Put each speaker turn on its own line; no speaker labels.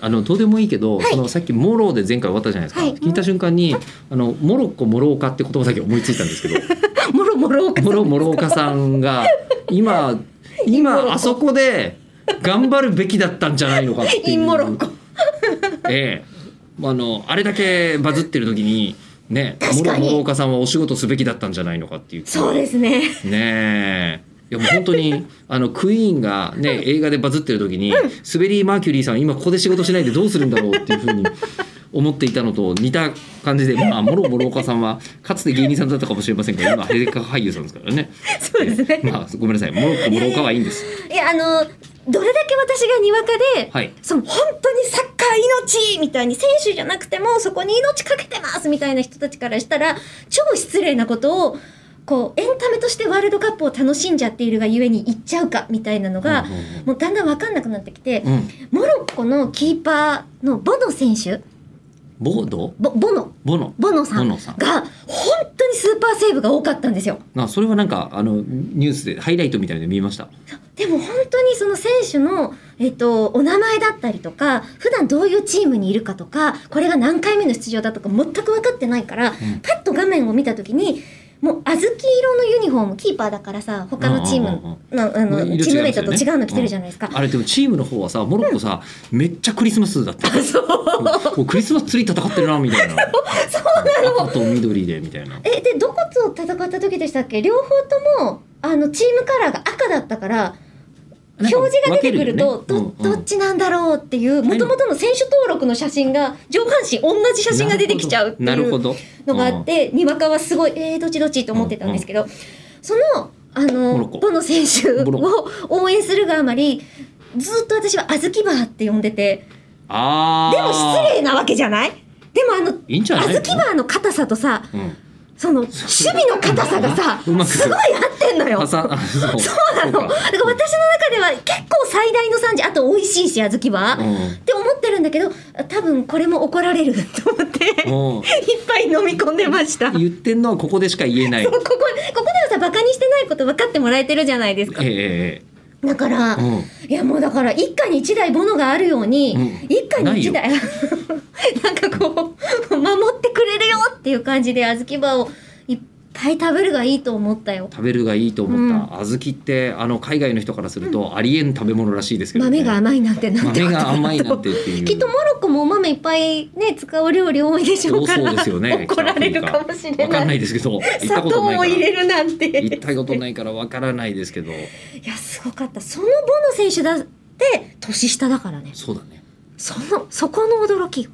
あのどうでもいいけど、
はい
そのさっきモローで前回終わったじゃないですか、
はい
聞いた瞬間にあのモロッコモロオカって言葉だけ思いついたんですけど
もろもろおかさん
モロモロオカさんが今今あそこで頑張るべきだったんじゃないのかってい
イ
う
ンモロッコ
ええあのあれだけバズってる時にね
確
モ
か
ロ
に
モロオカさんはお仕事すべきだったんじゃないのかっていう
そうですね
ねえ。いやもう本当に あのクイーンがね映画でバズってる時に、スベリー・マーキュリーさん今ここで仕事しないでどうするんだろうっていうふうに思っていたのと似た感じでまあもろもろ岡さんはかつて芸人さんだったかもしれませんが今映画俳優さんですからね。
そうですね、
まあごめんなさいもろもろ岡はいいんです。
いやあのどれだけ私がにわかで、
はい
その本当にサッカー命みたいに選手じゃなくてもそこに命かけてますみたいな人たちからしたら超失礼なことをこうエンタメとしてワールドカップを楽しんじゃっているがゆえに言っちゃうかみたいなのが、
うんうんうん
もうだんだん分かんなくなってきて、
うん。
モロッコのキーパーのボノ選手
ボード
ボボノ
ボノ。
ボノさ
ボ
ん
ノさん
が本当にスーパーセーブが多かったんですよ。
なそれはなんかあのニュースでハイライトみたいなので見ました。
でも本当にその選手の、えっと、お名前だったりとか普段どういうチームにいるかとかこれが何回目の出場だとか全く分かってないから、パッと画面を見た時にもう小豆色のユニフォームキーパーだからさ他のチー
うんうん
ムのあの
色違いますよね
チームメイトと違うの着てるじゃないですか。
あれでもチームの方はさモロッコさ、めっちゃクリスマスだった。
そう
こうクリスマスツリー戦ってるなみた いな。そうなの。赤と緑でみたいな。
えでどこと戦った時でしたっけ両方ともあのチームカラーが赤だったから
なん
表
か
示が出てくると
分けよね
どどっちなんだろうっていうもともとの選手登録の写真が上半身同じ写真が出てきちゃうって
なる
い
ほ
う
ど。
のがあってにわかはすごいえー、どっちどっちと思ってたんですけどそのあ
モ
の
ロッコ
ボノ選手
モロ
を応援するがあまりずっと私は「あずきバー」って呼んでて
ああ。
でも失礼なわけじゃないでもあの
いいんじゃない
あ
の
ずきバーの硬さとさ
うん。
その守備の硬さがさ
うまく
すごい合ってんのよ。
パサ。あそう
そうなの。だから私の
か
中では結構最大の産地、あと美味しいし、小豆は。
う
って思ってるんだけど、多分これも怒られる と思って、いっ
ん。うん。
ぱい飲み込んでました。ここ、
言ってんのはここでしか言えない。え
ここではさ、バカにしてないこと分かってもらえてるじゃないですか
え。え
だから、
えええ。うん。
いやもうだから、一家に一台ボノがあるように、
うん
一家に一台、 なんかこう、守ってくれるよっていう感じで、小豆バーをいっぱい食べるがいいと思ったよ。
食べるがいいと思った。小豆ってあの海外の人からするとありえん食べ物らしいですけどね。
豆が甘いなんてなんてこ
豆
とだ
が
と
甘いなんてっていう。
きっとモロッコもお豆いっぱいね使う料理多いでしょうから
多そうですよね
怒られるかもしれ
わか
ない
んないですけど。行った
砂
こと
糖
な
を
いから
入れるなんて
行ったことないからわからないですけど。
いやすごかったそのボノ選手だって年下だからね
そうだね。
そのそこの驚き